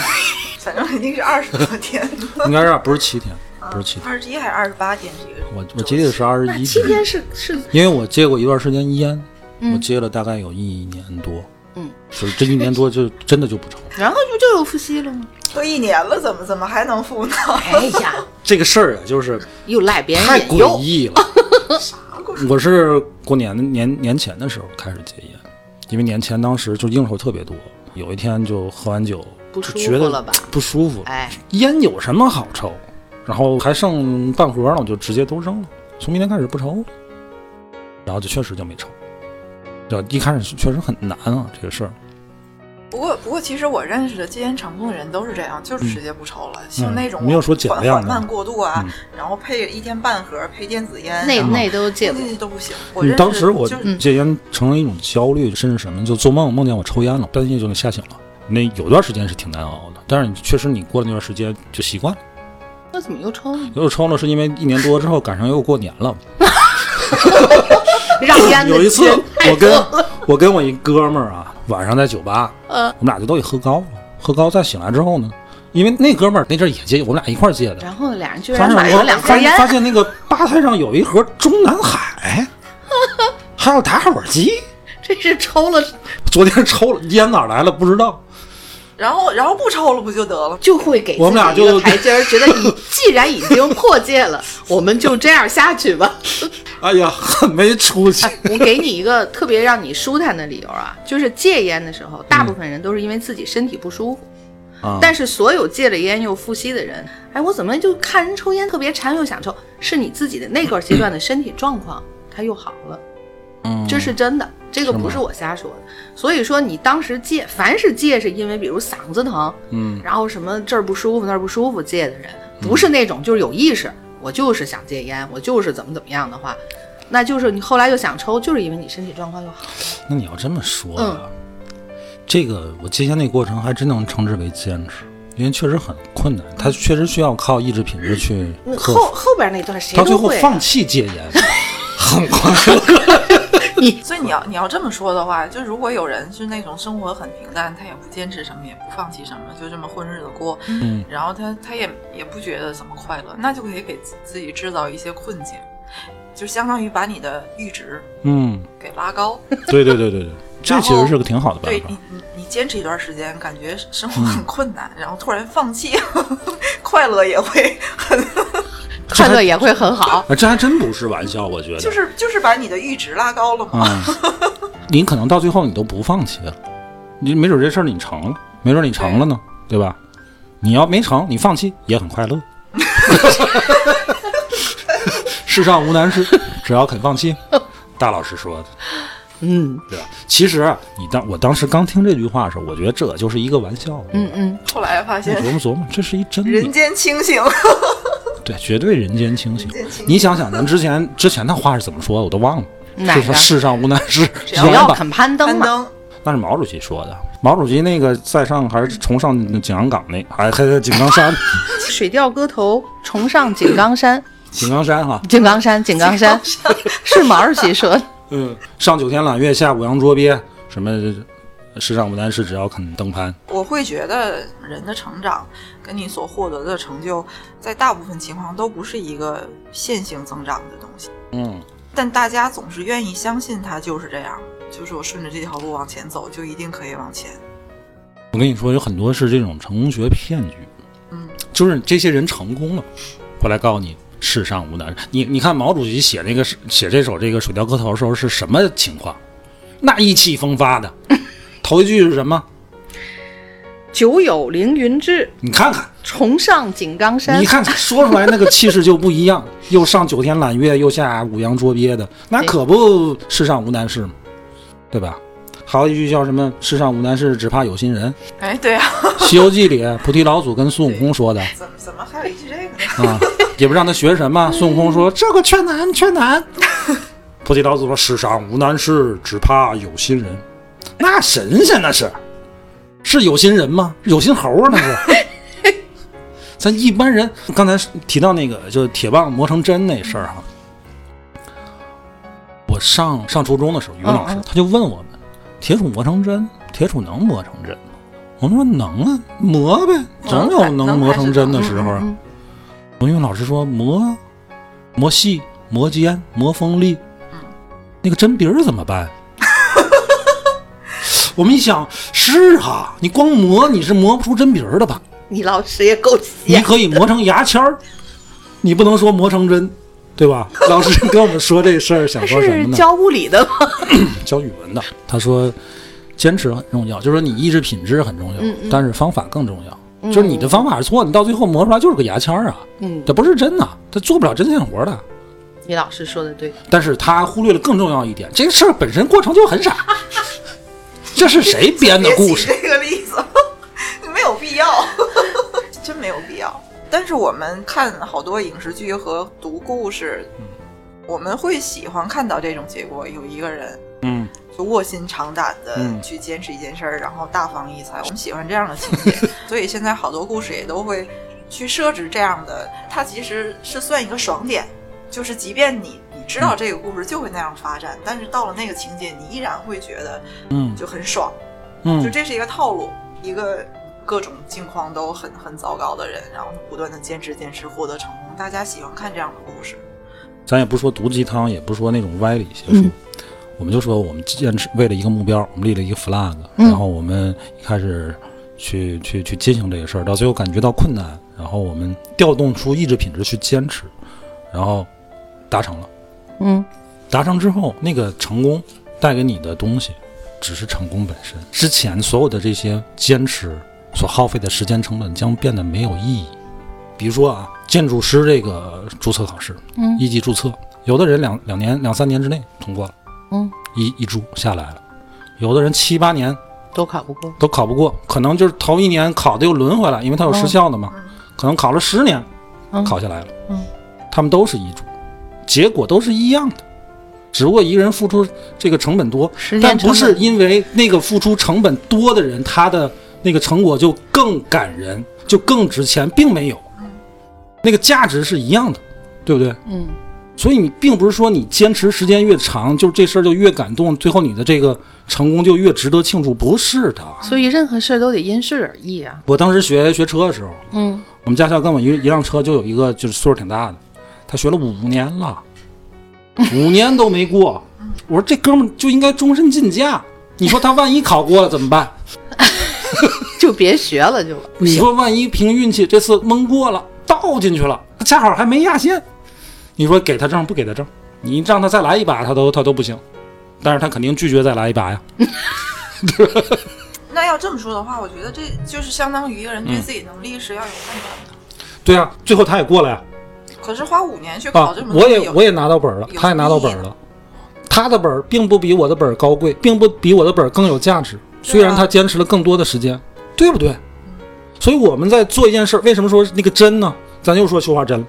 C: 反正肯定是二十多天，
A: 应该是不是七天？不是七天，
C: 二十一还是二十八天是一个周期？
A: 我我记得是二十
B: 啊那
A: 一
B: 七
A: 天，
B: 天是是
A: 因为我戒过一段时间烟，
B: 嗯
A: 我戒了大概有一年多。
B: 嗯，
A: 就是这一年多就真的就不成了。
B: 然后不就有复吸了吗？
C: 都一年了，怎么怎么还能复呢？
B: 哎呀，
A: 这个事儿啊，就是
B: 又赖别人
A: 太
B: 引
A: 诡
B: 诱，
A: 异了。 我是过年年年前的时候开始戒烟，因为年前当时就应酬特别多，有一天就喝完酒
B: 不
A: 就
B: 舒
A: 觉
B: 服
A: 得
B: 了吧
A: 不舒服了
B: 哎，
A: 烟有什么好抽？然后还剩半盒了，我就直接都扔了，从明天开始不抽了。然后就确实就没抽。就一开始确实很难啊，这个事儿。
C: 不过，不过，其实我认识的戒烟成功的人都是这样，就是直接不抽了。像那种
A: 嗯没有说减
C: 缓
A: 量
C: 缓
A: 的
C: 慢过渡啊，
A: 嗯
C: 然后配一天半盒，配电子烟，
B: 那
C: 然后
B: 那都戒不
C: 那些都不行。我
A: 嗯
C: 认识
A: 当时我
C: 就是
A: 戒烟成了一种焦虑，甚至什么，就做梦梦见我抽烟了，半夜就能吓醒了。那有段时间是挺难熬的，但是你确实你过了那段时间就习惯了。
B: 那怎么又抽呢？
A: 又抽了是因为一年多之后赶上又过年了。
B: 让烟的
A: 有一次
B: 钱太
A: 我跟
B: 多了
A: 我跟我一哥们儿啊，晚上在酒吧，
B: 嗯
A: 我们俩就都给喝高了。喝高再醒来之后呢，因为那哥们儿那阵儿也戒，我们俩一块儿戒的。
B: 然后俩人居
A: 发
B: 然
A: 现
B: 买
A: 我
B: 了两
A: 发
B: 根
A: 现
B: 烟，
A: 发现那个吧台上有一盒中南海，还有打火机。
B: 这是抽了
A: 昨天抽了烟哪儿来了不知道，
C: 然后然后不抽了不就得了？
B: 就会给自己
A: 我们俩
B: 一个
A: 就
B: 台阶儿，觉得 已既然已经破戒了，我们就这样下 去吧。
A: 哎呀，很没出息。
B: 我给你一个特别让你舒坦的理由啊，就是戒烟的时候，大部分人都是因为自己身体不舒服。
A: 啊
B: 但是所有戒了烟又复吸的人，哎，我怎么就看人抽烟特别馋又想抽？是你自己的那个阶段的身体状况，它又好了，
A: 嗯
B: 这是真的，这个
A: 是吗
B: 不是我瞎说的。所以说你当时戒，凡是戒是因为比如嗓子疼，
A: 嗯，
B: 然后什么这儿不舒服那儿不舒服戒的人，不是那种就是有意识，我就是想戒烟，我就是怎么怎么样的话，那就是你后来又想抽，就是因为你身体状况又好。
A: 那你要这么说、啊，这个我戒烟那过程还真能称之为坚持，因为确实很困难，它确实需要靠意志品质去
B: 那
A: 克
B: 嗯后
A: 服。
B: 后边那段谁
A: 到最
B: 都
A: 后
B: 会啊、
A: 放弃戒烟，很快乐。
C: 所以你要你要这么说的话，就如果有人是那种生活很平淡，他也不坚持什么，也不放弃什么，就这么混日子过，
A: 嗯，
C: 然后他他也也不觉得怎么快乐，那就可以给自自己制造一些困境，就相当于把你的阈值
A: 嗯，
C: 给拉高。
A: 对对对对对，这
C: 然后
A: 其实是个挺好的办
C: 对
A: 法
C: 你。你你坚持一段时间，感觉生活很困难，然后突然放弃， 快乐也会很，
B: 快乐也会很好。
A: 啊，这还真不是玩笑，我觉得
C: 就是就是把你的阈值拉高了嘛。
A: 啊，你可能到最后你都不放弃了，你没准这事儿你成了，没准你成了呢，对吧？你要没成，你放弃也很快乐。 世上无难事，只要肯放弃。大老师说的，
B: 嗯
A: 对吧？其实啊你当我当时刚听这句话的时候，我觉得这就是一个玩笑。
B: 嗯，嗯，
C: 后来发
A: 我
C: 现
A: 琢磨琢磨，这是一真理
C: 人。间清醒，
A: 对，绝对人间清醒。
C: 间清醒
A: 你想想，咱之前之前那话是怎么说的，我都忘了。
B: 哪
A: 是说
B: 个
A: 世上无难事，
B: 只
A: 永远
B: 要
A: 把
B: 肯攀登
C: 攀
B: 嘛，
C: 登。
A: 那是毛主席说的。毛主席那个在上还是崇尚井冈港那，哎还还在井冈山，
B: 《水调歌头》崇尚井冈山，
A: 井冈山哈，
B: 井冈山，井冈山，是毛主席说的。
A: 嗯，上九天揽月，下五洋捉鳖，什么世上无难事，只要肯登攀。
C: 我会觉得人的成长跟你所获得的成就，在大部分情况都不是一个线性增长的东西，
A: 嗯，
C: 但大家总是愿意相信它就是这样，就是我顺着这条路往前走，就一定可以往前。
A: 我跟你说，有很多是这种成功学骗局，
C: 嗯，
A: 就是这些人成功了，回来告诉你。世上无难事，你你看毛主席写那个写这首这个《水调歌头》的时候是什么情况？那意气风发的，头一句是什么？
B: 久有凌云志，
A: 你看看，
B: 崇尚井冈山
A: 你。看说出来那个气势就不一样， 又上九天揽月，又下五洋捉鳖的，那可不世上无难事嘛，对吧？还有一句叫什么“世上无难事，只怕有心人
C: 哎，对啊，”，
A: 《西游记》里菩提老祖跟孙悟空说的
C: 怎么怎么还有一句这个呢？
A: 啊，也不让他学什 么。孙悟空说：“这个缺难，缺难。” 菩提老祖说：“世上无难事，只怕有心人。”那神仙那是，是有心人吗？有心猴啊那是。 咱一般人刚才提到那个，就是铁棒磨成针那事儿哈。我上上初中的时候，语文老师
B: 嗯嗯
A: 他就问我们：“铁杵磨成针，铁杵能磨成针吗？”我们说：“能啊，磨呗，总有能磨成针的时候啊。”我们语文老师说：“磨，磨细，磨尖，嗯磨锋利。那个针鼻儿怎么办？” 我们一想，是哈、你光磨你是磨不出真皮儿的吧？
B: 你老师也够闲
A: 你，可以磨成牙签儿，你不能说磨成针，对吧？老师跟我们说这事儿，想
B: 他
A: 说什
B: 是
A: 么呢？
B: 教物理的吗？
A: 教语文的，他说坚持很重要，就是说你意志品质很重要，但是方法更重要。就是你的方法是错，你到最后磨出来就是个牙签儿啊，
B: 嗯，
A: 它不是真的，它做不了针线活的。
B: 你老师说的对，
A: 但是他忽略了更重要一点，这个事儿本身过程就很傻。这是谁编的
C: 别
A: 故
C: 举
A: 事？
C: 这个例子，没有必要， 真没有必要。但是我们看好多影视剧和读故事，我们会喜欢看到这种结果，有一个人
A: 嗯，
C: 就卧薪尝胆的
A: 嗯
C: 去坚持一件事儿，然后大放异彩。我们喜欢这样的情节， 所以现在好多故事也都会去设置这样的，它其实是算一个爽点，就是即便你你知
A: 嗯
C: 道这个故事就会那样发展，但是到了那个情节，你依然会觉得
A: 嗯
C: 就很爽。就
A: 嗯，
C: 这是一个套路，一个各种境况都很很糟糕的人，然后他不断的坚持坚持获得成功，大家喜欢看这样的故事。
A: 咱也不说毒鸡汤，也不说那种歪理邪说，
B: 嗯
A: 我们就说我们坚持为了一个目标，我们立了一个 flag，、
B: 嗯
A: 然后我们一开始去去去进行这个事儿，到最后感觉到困难，然后我们调动出意志品质去坚持，然后达成了。
B: 嗯，
A: 达成之后，那个成功带给你的东西，只是成功本身。之前所有的这些坚持所耗费的时间成本将变得没有意义。比如说啊，建筑师这个注册考试，
B: 嗯
A: 一级注册，有的人两两年、两三年之内通过了，
B: 嗯，
A: 一一注下来了；有的人七八年
B: 都考不过，
A: 都考不过，可能就是头一年考的又轮回来，因为它有时效的嘛，可能考了十年，
B: 嗯
A: 考下来了，
B: 嗯
A: 他们都是遗嘱，结果都是一样的，只不过一个人付出这个成本多，
B: 时间
A: 但不
B: 成
A: 是
B: 本
A: 因为那个付出成本多的人，他的那个成果就更感人，就更值钱，并没有，那个价值是一样的，对不对？
B: 嗯，
A: 所以你并不是说你坚持时间越长，就这事儿就越感动，最后你的这个成功就越值得庆祝，不是的。
B: 所以任何事儿都得因事而异啊。
A: 我当时学学车的时候，
B: 嗯，
A: 我们驾校跟我一一辆车就有一个就是岁数挺大的，他学了五年了，五年都没过。我说这哥们儿就应该终身禁驾。你说他万一考过了怎么办？
B: 就别学了就，
A: 你说万一凭运气这次蒙过了，倒进去了，他恰好还没压线，你说给他证不给他证？你让他再来一把，他都他都不行。但是他肯定拒绝再来一把呀。
C: 那要这么说的话，我觉得这就是相当于一个人
A: 嗯
C: 对自己能力是要有判断的。
A: 对啊，最后他也过了呀。
C: 可是花五年去考
A: 啊
C: 这，么多，
A: 我也
C: 有
A: 我也拿到本儿了，
C: 有
A: 他也拿到本儿
C: 意义啊
A: 了。他的本儿并不比我的本儿高贵，并不比我的本儿更有价值。
C: 啊
A: 虽然他坚持了更多的时间，对不对？所以我们在做一件事儿，为什么说那个针呢？咱又说绣花针了。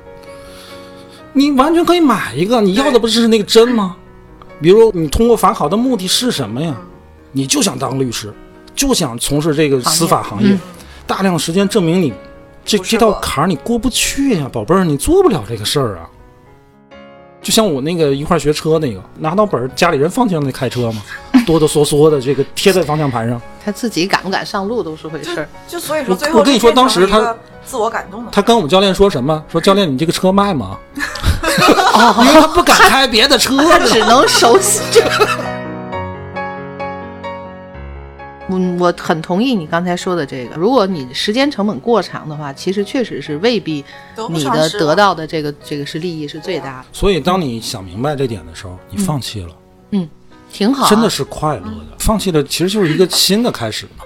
A: 你完全可以买一个，你要的不是那个针吗？比如你通过法考的目的是什么呀？你就想当律师，就想从事这个司法行业，大量时间证明你这
C: 不
A: 这
C: 适
A: 道
C: 合
A: 坎儿你过不去呀、宝贝儿，你做不了这个事儿啊。就像我那个一块儿学车那个，拿到本儿，家里人放心让他开车嘛，哆哆嗦嗦的，这个贴在方向盘上。
B: 他自己敢不敢上路都是回 事儿。
C: 就所以
A: 我
C: 说最后
A: 我跟你说
C: 就变
A: 当时
C: 成了
A: 他
C: 一个自我感动的，
A: 他跟我们教练说什么？说教练，你这个车卖吗？ 因为他不敢开别的车
B: 他
A: 了。
B: 只能熟悉这个。 嗯，我很同意你刚才说的这个。如果你时间成本过长的话，其实确实是未必
C: 得不
B: 你
C: 偿
B: 的
C: 失
B: 得
C: 了
B: 到的这个这个是利益是最大的，
A: 所以，当你想明白这点的时候，你放弃了，
B: 挺好、啊。
A: 真的是快乐的。放弃了，其实就是一个新的开始嘛。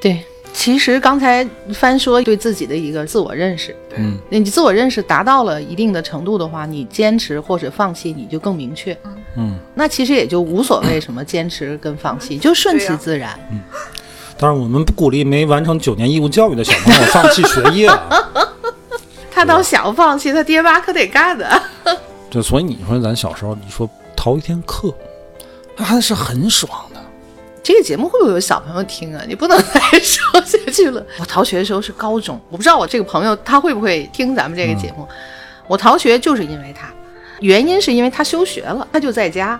B: 对。其实刚才翻说对自己的一个自我认识，
A: 嗯，
B: 你自我认识达到了一定的程度的话，你坚持或者放弃你就更明确。
A: 嗯，
B: 那其实也就无所谓什么坚持跟放弃，就顺其自然。
A: 嗯当然，我们不鼓励没完成九年义务教育的小朋友放弃学业 啊。
B: 他倒想放弃，他爹妈可得干的。
A: 就所以你说，咱小时候，你说逃一天课，那还是很爽的。
B: 这个节目会不会有小朋友听啊？你 不能再说下去了。 我逃学的时候是高中，我不知道我这个朋友他会不会听咱们这个节目。我逃学就是因为他，原因是因为他休学了，他就在家。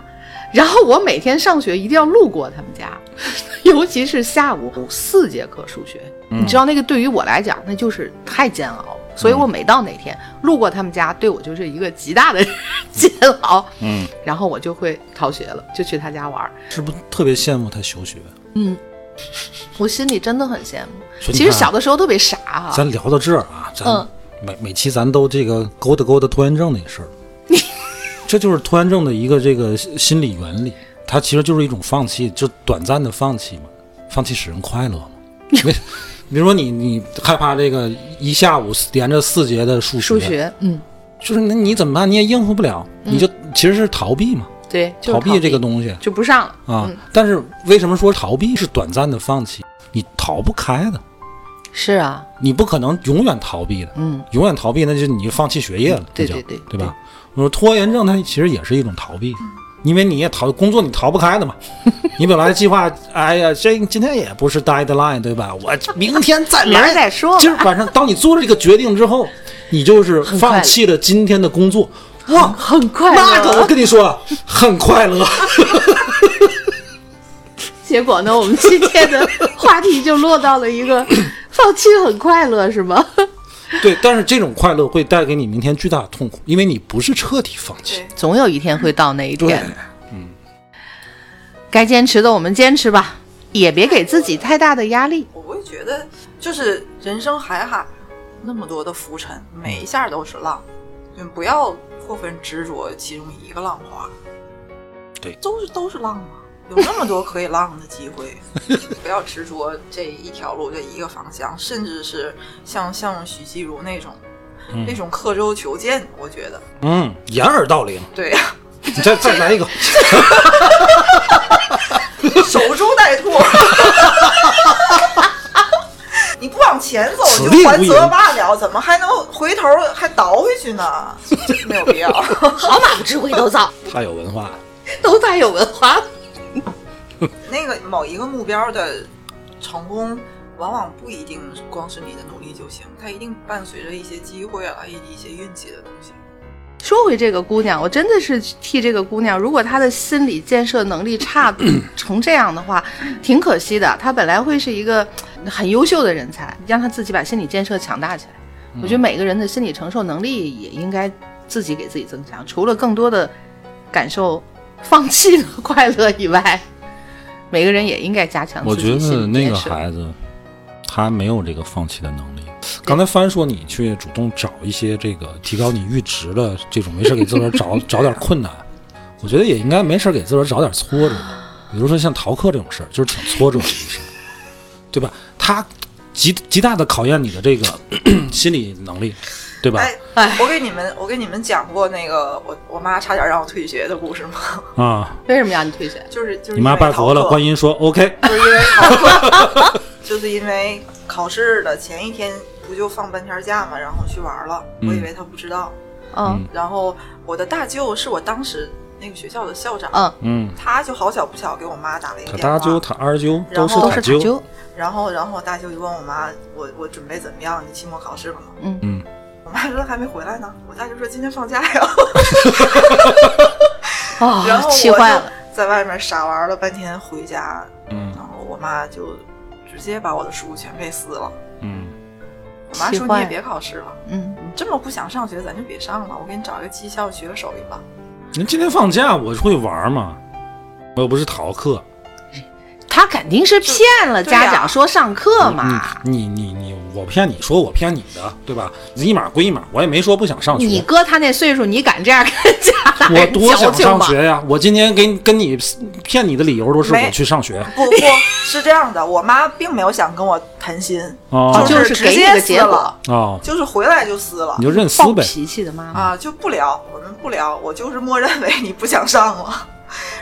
B: 然后我每天上学一定要路过他们家， 尤其是下午四节课数学，你知道那个对于我来讲那就是太煎熬了。所以我每到哪天路过他们家，对我就是一个极大的 煎熬。
A: 嗯，
B: 然后我就会逃学了，就去他家玩儿。
A: 是不是特别羡慕他休学？
B: 嗯，我心里真的很羡慕。
A: 所以你
B: 其实
A: 看啊
B: 小的时候特别傻啊哈、
A: 咱聊到这儿啊，咱、
B: 嗯
A: 每每期咱都这个勾搭勾搭拖延症那 事儿，这就是拖延症的一个这个心心理原理，它其实就是一种放弃，就短暂的放弃嘛，放弃使人快 乐嘛。没，比如说你你害怕这个一下午连着四节的数学，
B: 数学，嗯，
A: 就是那你怎么办？你也应付不了，你就其实是逃避嘛，
B: 对，嗯就是嗯
A: 逃避这个
B: 东
A: 东西
B: 就不上了。
A: 啊。但是为什么说逃避是短暂的放弃？你逃不开的，
B: 是啊，
A: 你不可能永远逃避的。
B: 嗯，
A: 永远逃避，那就是你放弃学业了，
B: 对
A: 那叫
B: 对对嗯
A: 对吧？我说拖延症它其实也是一种逃避，因为你也逃工作你逃不开 的嘛。你本来计划，哎呀，这今天也不是 deadline 对吧？我明天再
B: 明儿
A: 来。
B: 再说
A: 今儿
B: 吧。
A: 晚上，当你做了这个决定之后，你就是
B: 快乐
A: 放弃了今天的工作。哇，
B: 哦很快
A: 那
B: 乐
A: 个我跟你说，很快乐。
B: 结果呢，我们今天的话题就落到了一 个放弃很快乐是吗？
A: 对，但是这种快乐会带给你明天巨大的痛苦，因为你不是彻底放弃
C: 对。
B: 总有一天会到那一天。嗯，该坚持的我们坚持吧，也别给自己太大的压力。
C: 我会觉得，就是人生海海，那么多的浮沉，每一下都是浪，就不要过分执着其中一个浪花。
A: 对
C: 都是都是浪嘛，有那么多可以浪的机会，不要执着这一条路这一个方向，甚至是像像许继如那种。
A: 嗯
C: 那种刻舟求剑，我觉得
A: 嗯，掩耳盗铃。
C: 对，
A: 你再再来一个。
C: 守株待兔。 你不往前走，
A: 此
C: 你
A: 地
C: 就
A: 无
C: 还
A: 银
C: 则罢了，怎么还能回头还倒回去 呢？没有必要。
B: 好马不吃回头草，
A: 太有文化了。
B: 都太有文化了。
C: 那个某一个目标的成功，往往不一定光是你的努力就行，它一定伴随着一些机会啊，一一些运气的东西。
B: 说回这个姑娘，我真的是替这个姑娘，如果她的心理建设能力差成这样的 话，挺可惜的。她本来会是一个呃很优秀的人才，让她自己把心理建设强大起来。
A: 嗯
B: 我觉得每个人的心理承受能力也应该自己给自己增强，除了更多的感受放弃的快乐以外，每个人也应该加强
A: 我
B: 啊自
A: 觉
B: 己
A: 得
B: 心理
A: 那
B: 建
A: 个
B: 设。
A: 孩子，他没有这个放弃的能力。刚才帆说你去主动找一些这个提高你阈值的这种，没事给自个儿找找点困难。我觉得也应该没事给自个儿找点挫折，比如说像逃课这种事儿，就是挺挫折的一事儿，对吧？他极极大的考验你的这个 心理能力，对吧？
C: 哎，我给你们，我给你们讲过那个我我妈差点让我退学的故事吗？
A: 啊，
B: 为什么让你退学？
C: 就是就是
A: 你妈
C: 因为
A: 拜佛了，
C: 逃课
A: 观音说 OK，
C: 就是因为 考试就是因为考试的前一天不就放半天假嘛，然后去玩了。
A: 嗯
C: 我以为他不知道。
B: 嗯
C: 然后我的大舅是我当时那个学校的校长，
B: 嗯，
A: 嗯，
C: 他就好巧不巧给我妈打了一个
A: 他
C: 电
A: 大
C: 话。
A: 舅、他二舅
C: 哎然
A: 都
C: 后
A: 是
C: 都
B: 都
A: 他
B: 是
A: 舅
B: 塔，究，
C: 然后，然后我大舅就问我妈，我我准备怎么样？你期末考试了吗？
B: 嗯
A: 嗯，
C: 我妈说还没回来呢。我大舅说今天放假呀。
B: 啊
C: 然
B: 哦
C: 后，我
B: 气
C: 就
B: 坏了。
C: 在外面傻玩了半天，回家，
A: 嗯
C: 然后我妈就直接把我的书全给撕了。
A: 嗯，
C: 我妈
B: 气
C: 说你
B: 坏
C: 也
B: 了
C: 别考试了。
B: 嗯，
C: 你这么不想上学，咱就别上了。我给你找一个技校学个手艺 吧。
A: 您今天放假，我会玩嘛？我又不是逃课。
B: 他肯定是骗了
C: 就对呀
B: 家长说上课
A: 嗯
B: 嘛。
A: 你你你，我骗你说我骗你的，对吧？一码归一码，我也没说不想上
B: 你
A: 学。
B: 哥他那岁数，你敢这样跟家长
A: 我多
B: 矫
A: 想
B: 情
A: 上
B: 吗？
A: 学呀！我今天跟跟你骗你的理由都是
C: 没
A: 我去上学
C: 不不是这样的，我妈并没有想跟我谈心，
A: 哦嗯
B: 就是
C: 直
B: 给你
C: 接
B: 个
C: 撕
B: 结果
C: 了，
A: 哦，
C: 就是回来就撕了
A: 你就认撕
B: 暴
A: 呗。
B: 脾气的妈妈，
C: 啊，就不聊，我们不聊，我就是默认为你不想上我。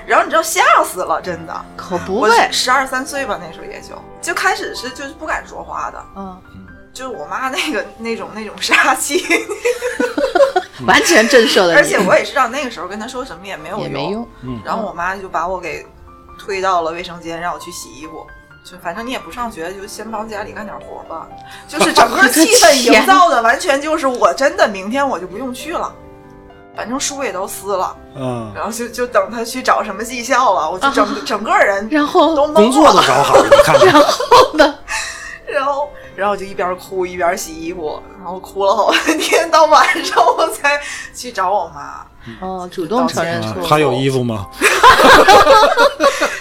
C: 然后你知道吓死了，真的，
B: 可不
C: 我
B: 会。
C: 十二三岁吧，那时候也就就开始是就是不敢说话的，
B: 嗯，
C: 就是我妈那个那种那种杀气，
B: 完全震慑了你，
C: 而且我也是让那个时候跟她说什么也没有
B: 也没用。
C: 然后我妈就把我给推到了卫生间，让我去洗衣服。就反正你也不上学，就先帮家里干点活吧。就是整个气氛营造的完全就是我真的明天我就不用去了，反正书也都撕了，
A: 嗯，
C: 然后就就等他去找什么技校了。我就整、整个人
B: 然
C: 都
B: 后，
C: 懵了，
A: 工作都找 好了，你看看
B: 然后呢？
C: 然后然后我就一边哭一边洗衣服，然后哭了好半天，到晚上我才去
A: 嗯
C: 找我妈。
B: 哦，主动承认
A: 啊
B: 错误。
A: 还有衣服吗？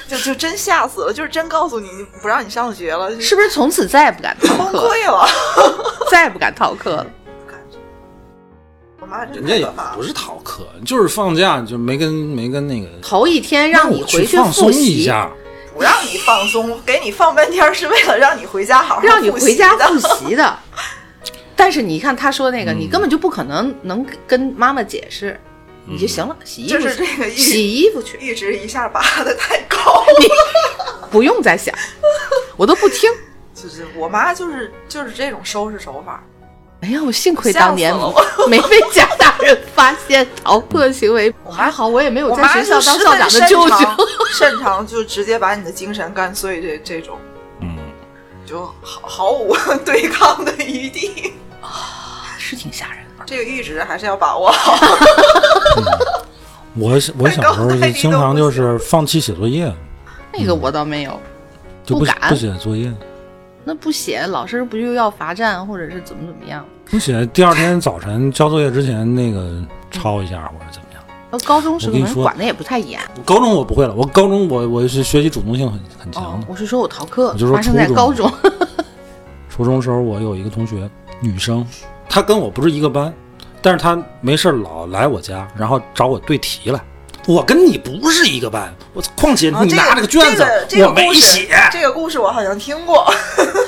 C: 就就真吓死了，就是真告诉你不让你上学了，
B: 是不是从此再也不敢逃
C: 崩
B: 课，
C: 溃了。
B: 再也不敢逃课了？
C: 我妈真
A: 人家也
C: 可怕
A: 不是逃课，就是放假就没跟没跟那个
B: 头一天让你
A: 我去
B: 回
A: 放
B: 复
A: 松
B: 习，
A: 一下，
C: 不让你放松，给你放半天是为了 让你回家好好
B: 让你
C: 复习
B: 回家
C: 的
B: 复习的。 但是你看他说那个，
A: 嗯
B: 你根本就不可能能跟妈妈解释，你
A: 嗯
B: 就行了，洗衣服
C: 就是
B: 去，
C: 这个意
B: 洗衣服去，
C: 阈值一下拔的太高。
B: 不用再想，我都不听。
C: 就是我妈就是就是这种收拾手法，
B: 哎呀，我幸亏当年
C: 吓死了
B: 没被家大人发现逃课行为，
C: 我妈
B: 还好我也没有
C: 我
B: 在
C: 妈
B: 学校
C: 就
B: 当校
C: 十
B: 长
C: 分
B: 的
C: 擅
B: 舅
C: 长
B: 舅。
C: 擅长就直接把你的精神干碎这这种。
A: 嗯，
C: 就毫毫无 对抗的余地，
B: 是挺吓人的。
C: 这个阈值还是要把握好。
A: 我我小时 候
B: 哎
A: 就经常就是放弃写作业，
B: 那个我倒没有，
A: 就
B: 不
A: 不写
B: 敢
A: 不写作业，
B: 那不写老师不就要罚站，或者是怎么怎么样？
A: 不写。第二天早晨交作业之前那个抄一下或者怎么样。
B: 那高中时
A: 我
B: 可
A: 跟你
B: 能
A: 说
B: 管的也不太严。
A: 高中我不会了，我高中我我是学习主动性很很强
B: 哦
A: 的，。
B: 我是说我逃课
A: 我就说
B: 发生在
A: 初中
B: 高中，
A: 初中时候我有一个同学，女生，她跟我不是一个班，但是她没事儿老来我家，然后找我对题来。我跟你不是一个班，我况且
C: 啊
A: 你
C: 这
A: 拿这
C: 个
A: 个卷子，
C: 这个、这个
A: 我没
C: 故事
A: 写。
C: 这个故事我好像听过，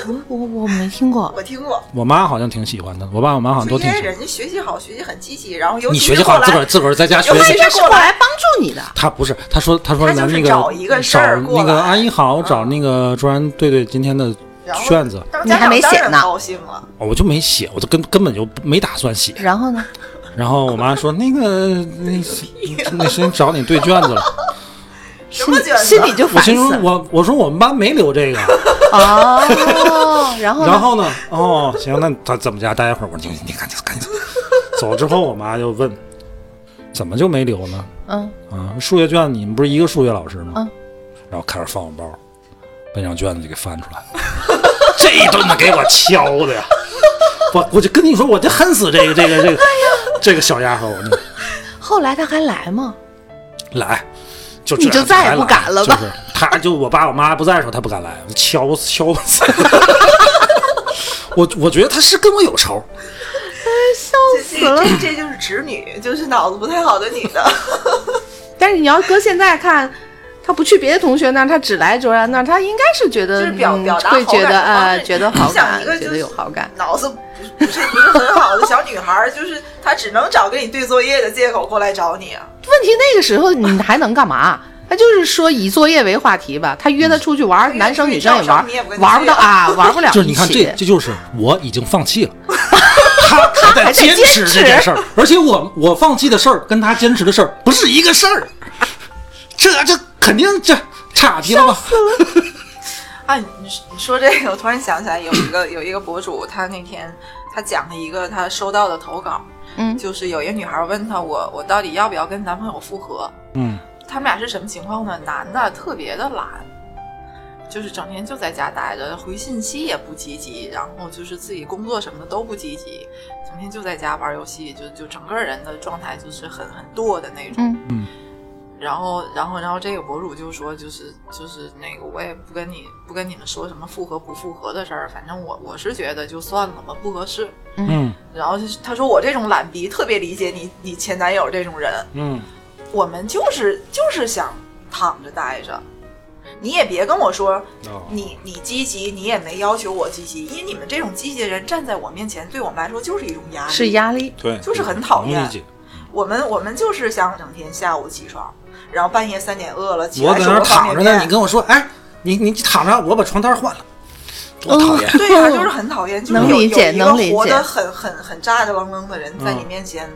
B: 我我我没听过。
C: 我听过，
A: 我妈好像挺喜欢的，我爸我妈好像
C: 就
A: 啊都
C: 因
A: 挺
C: 为
A: 喜欢。
C: 人家学习好，学习很积极，然后尤
A: 你
C: 其
A: 学
C: 是
A: 习好，
C: 后
A: 自个儿
C: 来
A: 自个儿在家学
C: 尤
A: 习
C: 其。
B: 他是过来帮助你的，
A: 他不是，他说他说
C: 他就
A: 咱
C: 是
A: 那个
C: 找一个事儿过
A: 那个
C: 来嗯
A: 阿姨好，找那个卓然对对今天的
C: 然后
A: 卷子，
C: 当
B: 你
C: 家
B: 还没
C: 长当
B: 写
C: 然
B: 呢
C: 高兴了，
A: 哦我就没写，我就根根本就没打算写。
B: 然后呢？
A: 然后我妈说那个那那谁找你对卷子了，
C: 什么卷子？
B: 心里就
A: 我
B: 烦
A: 心说
B: 死了
A: 我我说我们班没留这个，
B: 哦。然后呢
A: 然后呢哦行那咱怎么家待一会儿，我说你你赶紧赶紧走，走之后我妈就问怎么就没留呢？
B: 嗯，
A: 啊，数学卷你们不是一个数学老师吗？
B: 嗯
A: 然后开始翻我包，把那张卷子就给翻出来 了，这一顿的给我敲的呀！我我就跟你说，我就恨死这个这个这个这个小丫头，我就
B: 后来他还来吗？
A: 来，就这
B: 你就再也不敢了吧
A: 就是他就我爸我妈不在的时候，他不敢来，我敲敲死。 我我觉得他是跟我有仇，
C: 这这这这就是侄女，就是脑子不太好的女的。
B: 但是你要搁现在看，他不去别的同学那儿，他只来卓然那儿，他应该是觉得
C: 就是表
B: 嗯
C: 表达
B: 会
C: 好
B: 觉得
C: 感的方
B: 呃，
C: 式
B: 觉得好
C: 你想
B: 感
C: 一个，
B: 觉
C: 就
B: 得
C: 是
B: 有好感。
C: 脑子不不是不是很好的小女孩儿，就是她只能找跟你对作业的借口过来找你啊。
B: 问题那个时候你还能干嘛？他就是说以作业为话题吧，他约他出去玩儿，
C: 嗯
B: 男生女生也玩
C: 你也
B: 儿，
C: 不跟
B: 玩不到
C: 他 去
B: 啊，玩不了一起。
A: 就是你看这这就是我已经放 弃了。他他在
B: 还在
A: 坚持
B: 坚持
A: 这件事儿，而且我我放弃的事儿跟他坚持的事儿不是一个事儿，这这肯定这差题了吧？
C: 啊，你你说这个，我突然想起来有一个有一个博主，他那天他讲了一个他收到的投稿，
B: 嗯
C: 就是有一个女孩问他我我到底要不要跟男朋友复合？
A: 嗯，
C: 他们俩是什么情况呢？男的特别的懒，就是整天就在家待着，回信息也不积极，然后就是自己工作什么的都不积极，整天就在家玩游戏，就就整个人的状态就是很很惰的那种。
B: 嗯
A: 嗯
C: 然后，然后，然后这个博主就说，就是就是那个，我也不跟你不跟你们说什么复合不复合的事儿，反正我我是觉得就算了吧，不合适。
A: 嗯
C: 然后就是他说我这种懒逼特别理解你你前男友这种人，
A: 嗯，
C: 我们就是就是想躺着待着，你也别跟我说
A: 哦
C: 你你积极，你也没要求我积极，因为你们这种积极的人站在我面前，对我们来说就是一种压力。
B: 是压力，
A: 对，
C: 就是很讨厌
A: 能理解。
C: 我们我们就是想整天下午起床，然后半夜三点饿了起
A: 我
C: 来
A: 在
C: 吃
A: 那儿
C: 个方
A: 躺
C: 便
A: 着
C: 面。
A: 呢，你跟我说，哎，你你躺着，我把床单换了，多
B: 嗯
A: 讨厌！
C: 对 呀、就是很讨厌，就是
B: 能
C: 有
B: 理解
C: 有一个
B: 能理解
C: 活得很很很扎着愣愣的人
A: 嗯
C: 在你面前，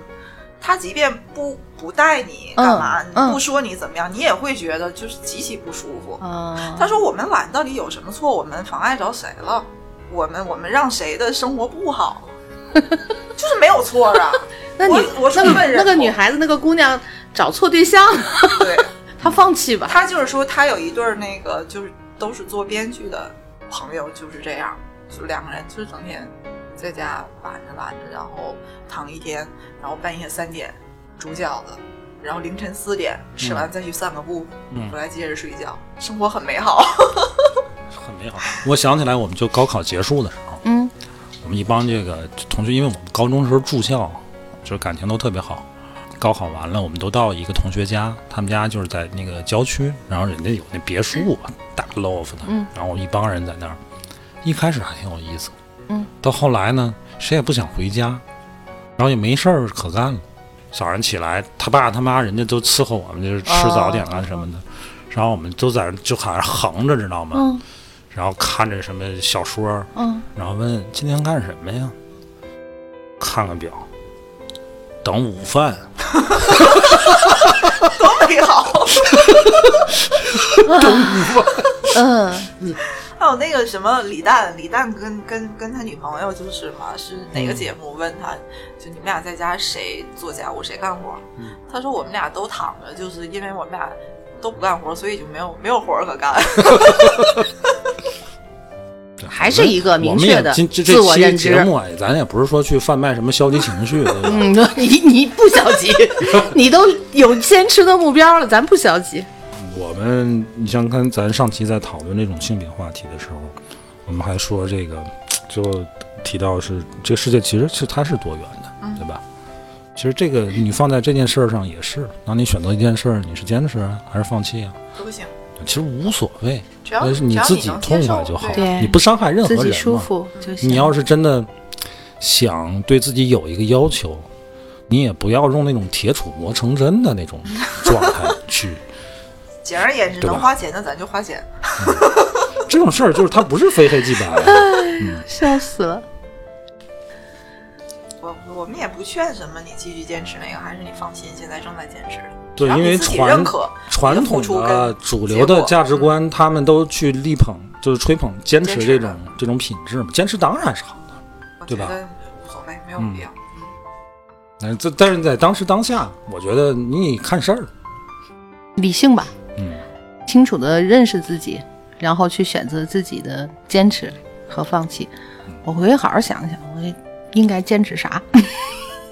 C: 他即便不不带你干嘛，
B: 嗯嗯
C: 不说你怎么样，你也会觉得就是极其不舒服。
B: 啊，
C: 他说我们懒到底有什么错？我们妨碍着谁了？我们我们让谁的生活不好？ 就是没有错啊。
B: 那你
C: 我我是
B: 那
C: 问
B: 个
C: 人
B: 那个
C: 口
B: 女孩子那个姑娘找错对象了，
C: 对
B: 她放弃吧。
C: 他就是说他有一对儿那个就是都是做编剧的朋友，就是这样，就两个人就是整天在家懒着懒着，然后躺一天，然后半夜三点煮饺子，然后凌晨四点吃完再去散个步，
A: 嗯
C: 回来接着睡觉，生活很美好。
A: 很美好。我想起来，我们就高考结束的时候，
B: 嗯，
A: 我们一帮这个同学，因为我们高中时候住校，就是感情都特别好。高考完了，我们都到一个同学家，他们家就是在那个郊区，然后人家有那别墅，大 loft 的，然后一帮人在那儿，一开始还挺有意思，
B: 嗯，
A: 到后来呢，谁也不想回家，然后也没事儿可干了。早上起来，他爸他妈人家都伺候我们，就是吃早点啊什么的，然后我们都在那儿就好像横着，知道吗？
B: 嗯
A: 然后看着什么小说，
B: 嗯，
A: 然后问今天干什么呀？看看表，等午饭。
C: 多美好！
B: 嗯，
C: 还有那个什么李诞，李诞跟跟跟他女朋友就是嘛，是哪个节目问他，就你们俩在家谁做家务谁干活？他说我们俩都躺着，就是因为我们俩都不干活，所以就没有没有活儿可干。
B: 还是一个
A: 哎
B: 明
A: 我们
B: 确
A: 也
B: 的
A: 今这
B: 自
A: 这
B: 我认
A: 期节
B: 知。
A: 目啊，咱也不是说去贩卖什么消极情 绪，对吧？
B: 嗯，你你不消 极，你都有坚持的目标了，咱不消极。
A: 我们，你像看咱上期在讨论这种性别话题的时候，我们还说这个，就提到是这个世界其实是它是多元
B: 嗯
A: 的，对吧？其实这个你放在这件事儿上也是，当你选择一件事儿，你是坚持啊还是放弃啊？
C: 都行，
A: 其实无所谓，
C: 只要
A: 但是你
C: 只要
A: 自己
C: 能接
A: 痛
C: 受
A: 快就好，
C: 对
B: 对
A: 你不伤害任何
B: 自
A: 人
B: 己
A: 嘛。
B: 舒服就行。
A: 你要是真的想对自己有一个要求，你也不要用那种铁杵磨成针的那种状 态去。
C: 简而言之，
A: 对吧
C: 能花钱的咱就花钱。
A: 这种事儿就是它不是非黑即白的。
B: 笑死了，
C: 我我们也不劝什么你继续坚持那个，还是你放心，现在正在坚持。
A: 对
C: 只要，
A: 因
C: 你
A: 为
C: 自己
A: 传
C: 认可
A: 传
C: 你的付
A: 统
C: 出
A: 的
C: 跟
A: 主
C: 结
A: 流的
C: 果嗯
A: 价值观，他们都去力捧，就是吹捧坚持
C: 坚持
A: 这
C: 的
A: 种这种品质嘛。坚持当然是好的，
C: 我
A: 对
C: 觉
A: 吧
C: 得无所谓，没有
A: 嗯
C: 必要。
A: 但是但是在当时当下，我觉得你看事儿，
B: 理性吧，
A: 嗯，
B: 清楚的认识自己，然后去选择自己的坚持和放弃。
A: 嗯
B: 我回去好好想想，我应该坚 持啥？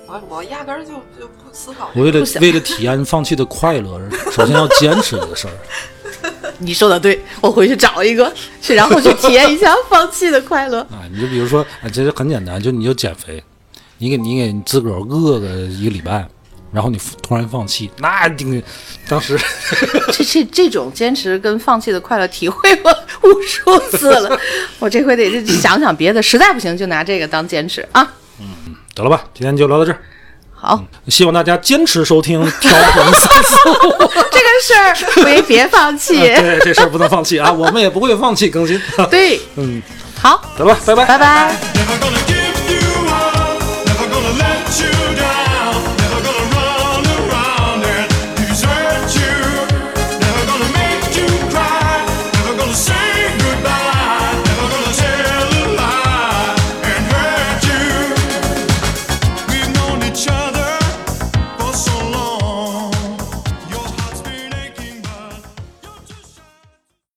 C: 我我压根儿就就不思考这
A: 我为了
B: 不想
A: 为了体验放弃的快乐， 首先要坚持这个事儿。
B: 你说的对，我回去找一个，去 然后去体验一 下放弃的快乐。
A: 啊，你就比如说，啊，其实很简单，就你就减肥，你给你给你自个儿饿个一个礼拜，然后你突然放弃，那顶，当时
B: 这这这种坚持跟放弃的快乐，体会过无数次了。我这回得想想别的，实在不行就拿这个当坚持啊。
A: 得了吧，今天就聊到这儿。
B: 好，
A: 希望大家坚持收 听《调频三四五》
B: 这个事儿没别放弃。
A: 对，这事儿不能放弃啊，我们也不会放弃更新。
B: 对，
A: 嗯，
B: 好，
A: 得了，拜拜。
B: 拜拜。
D: Never gonna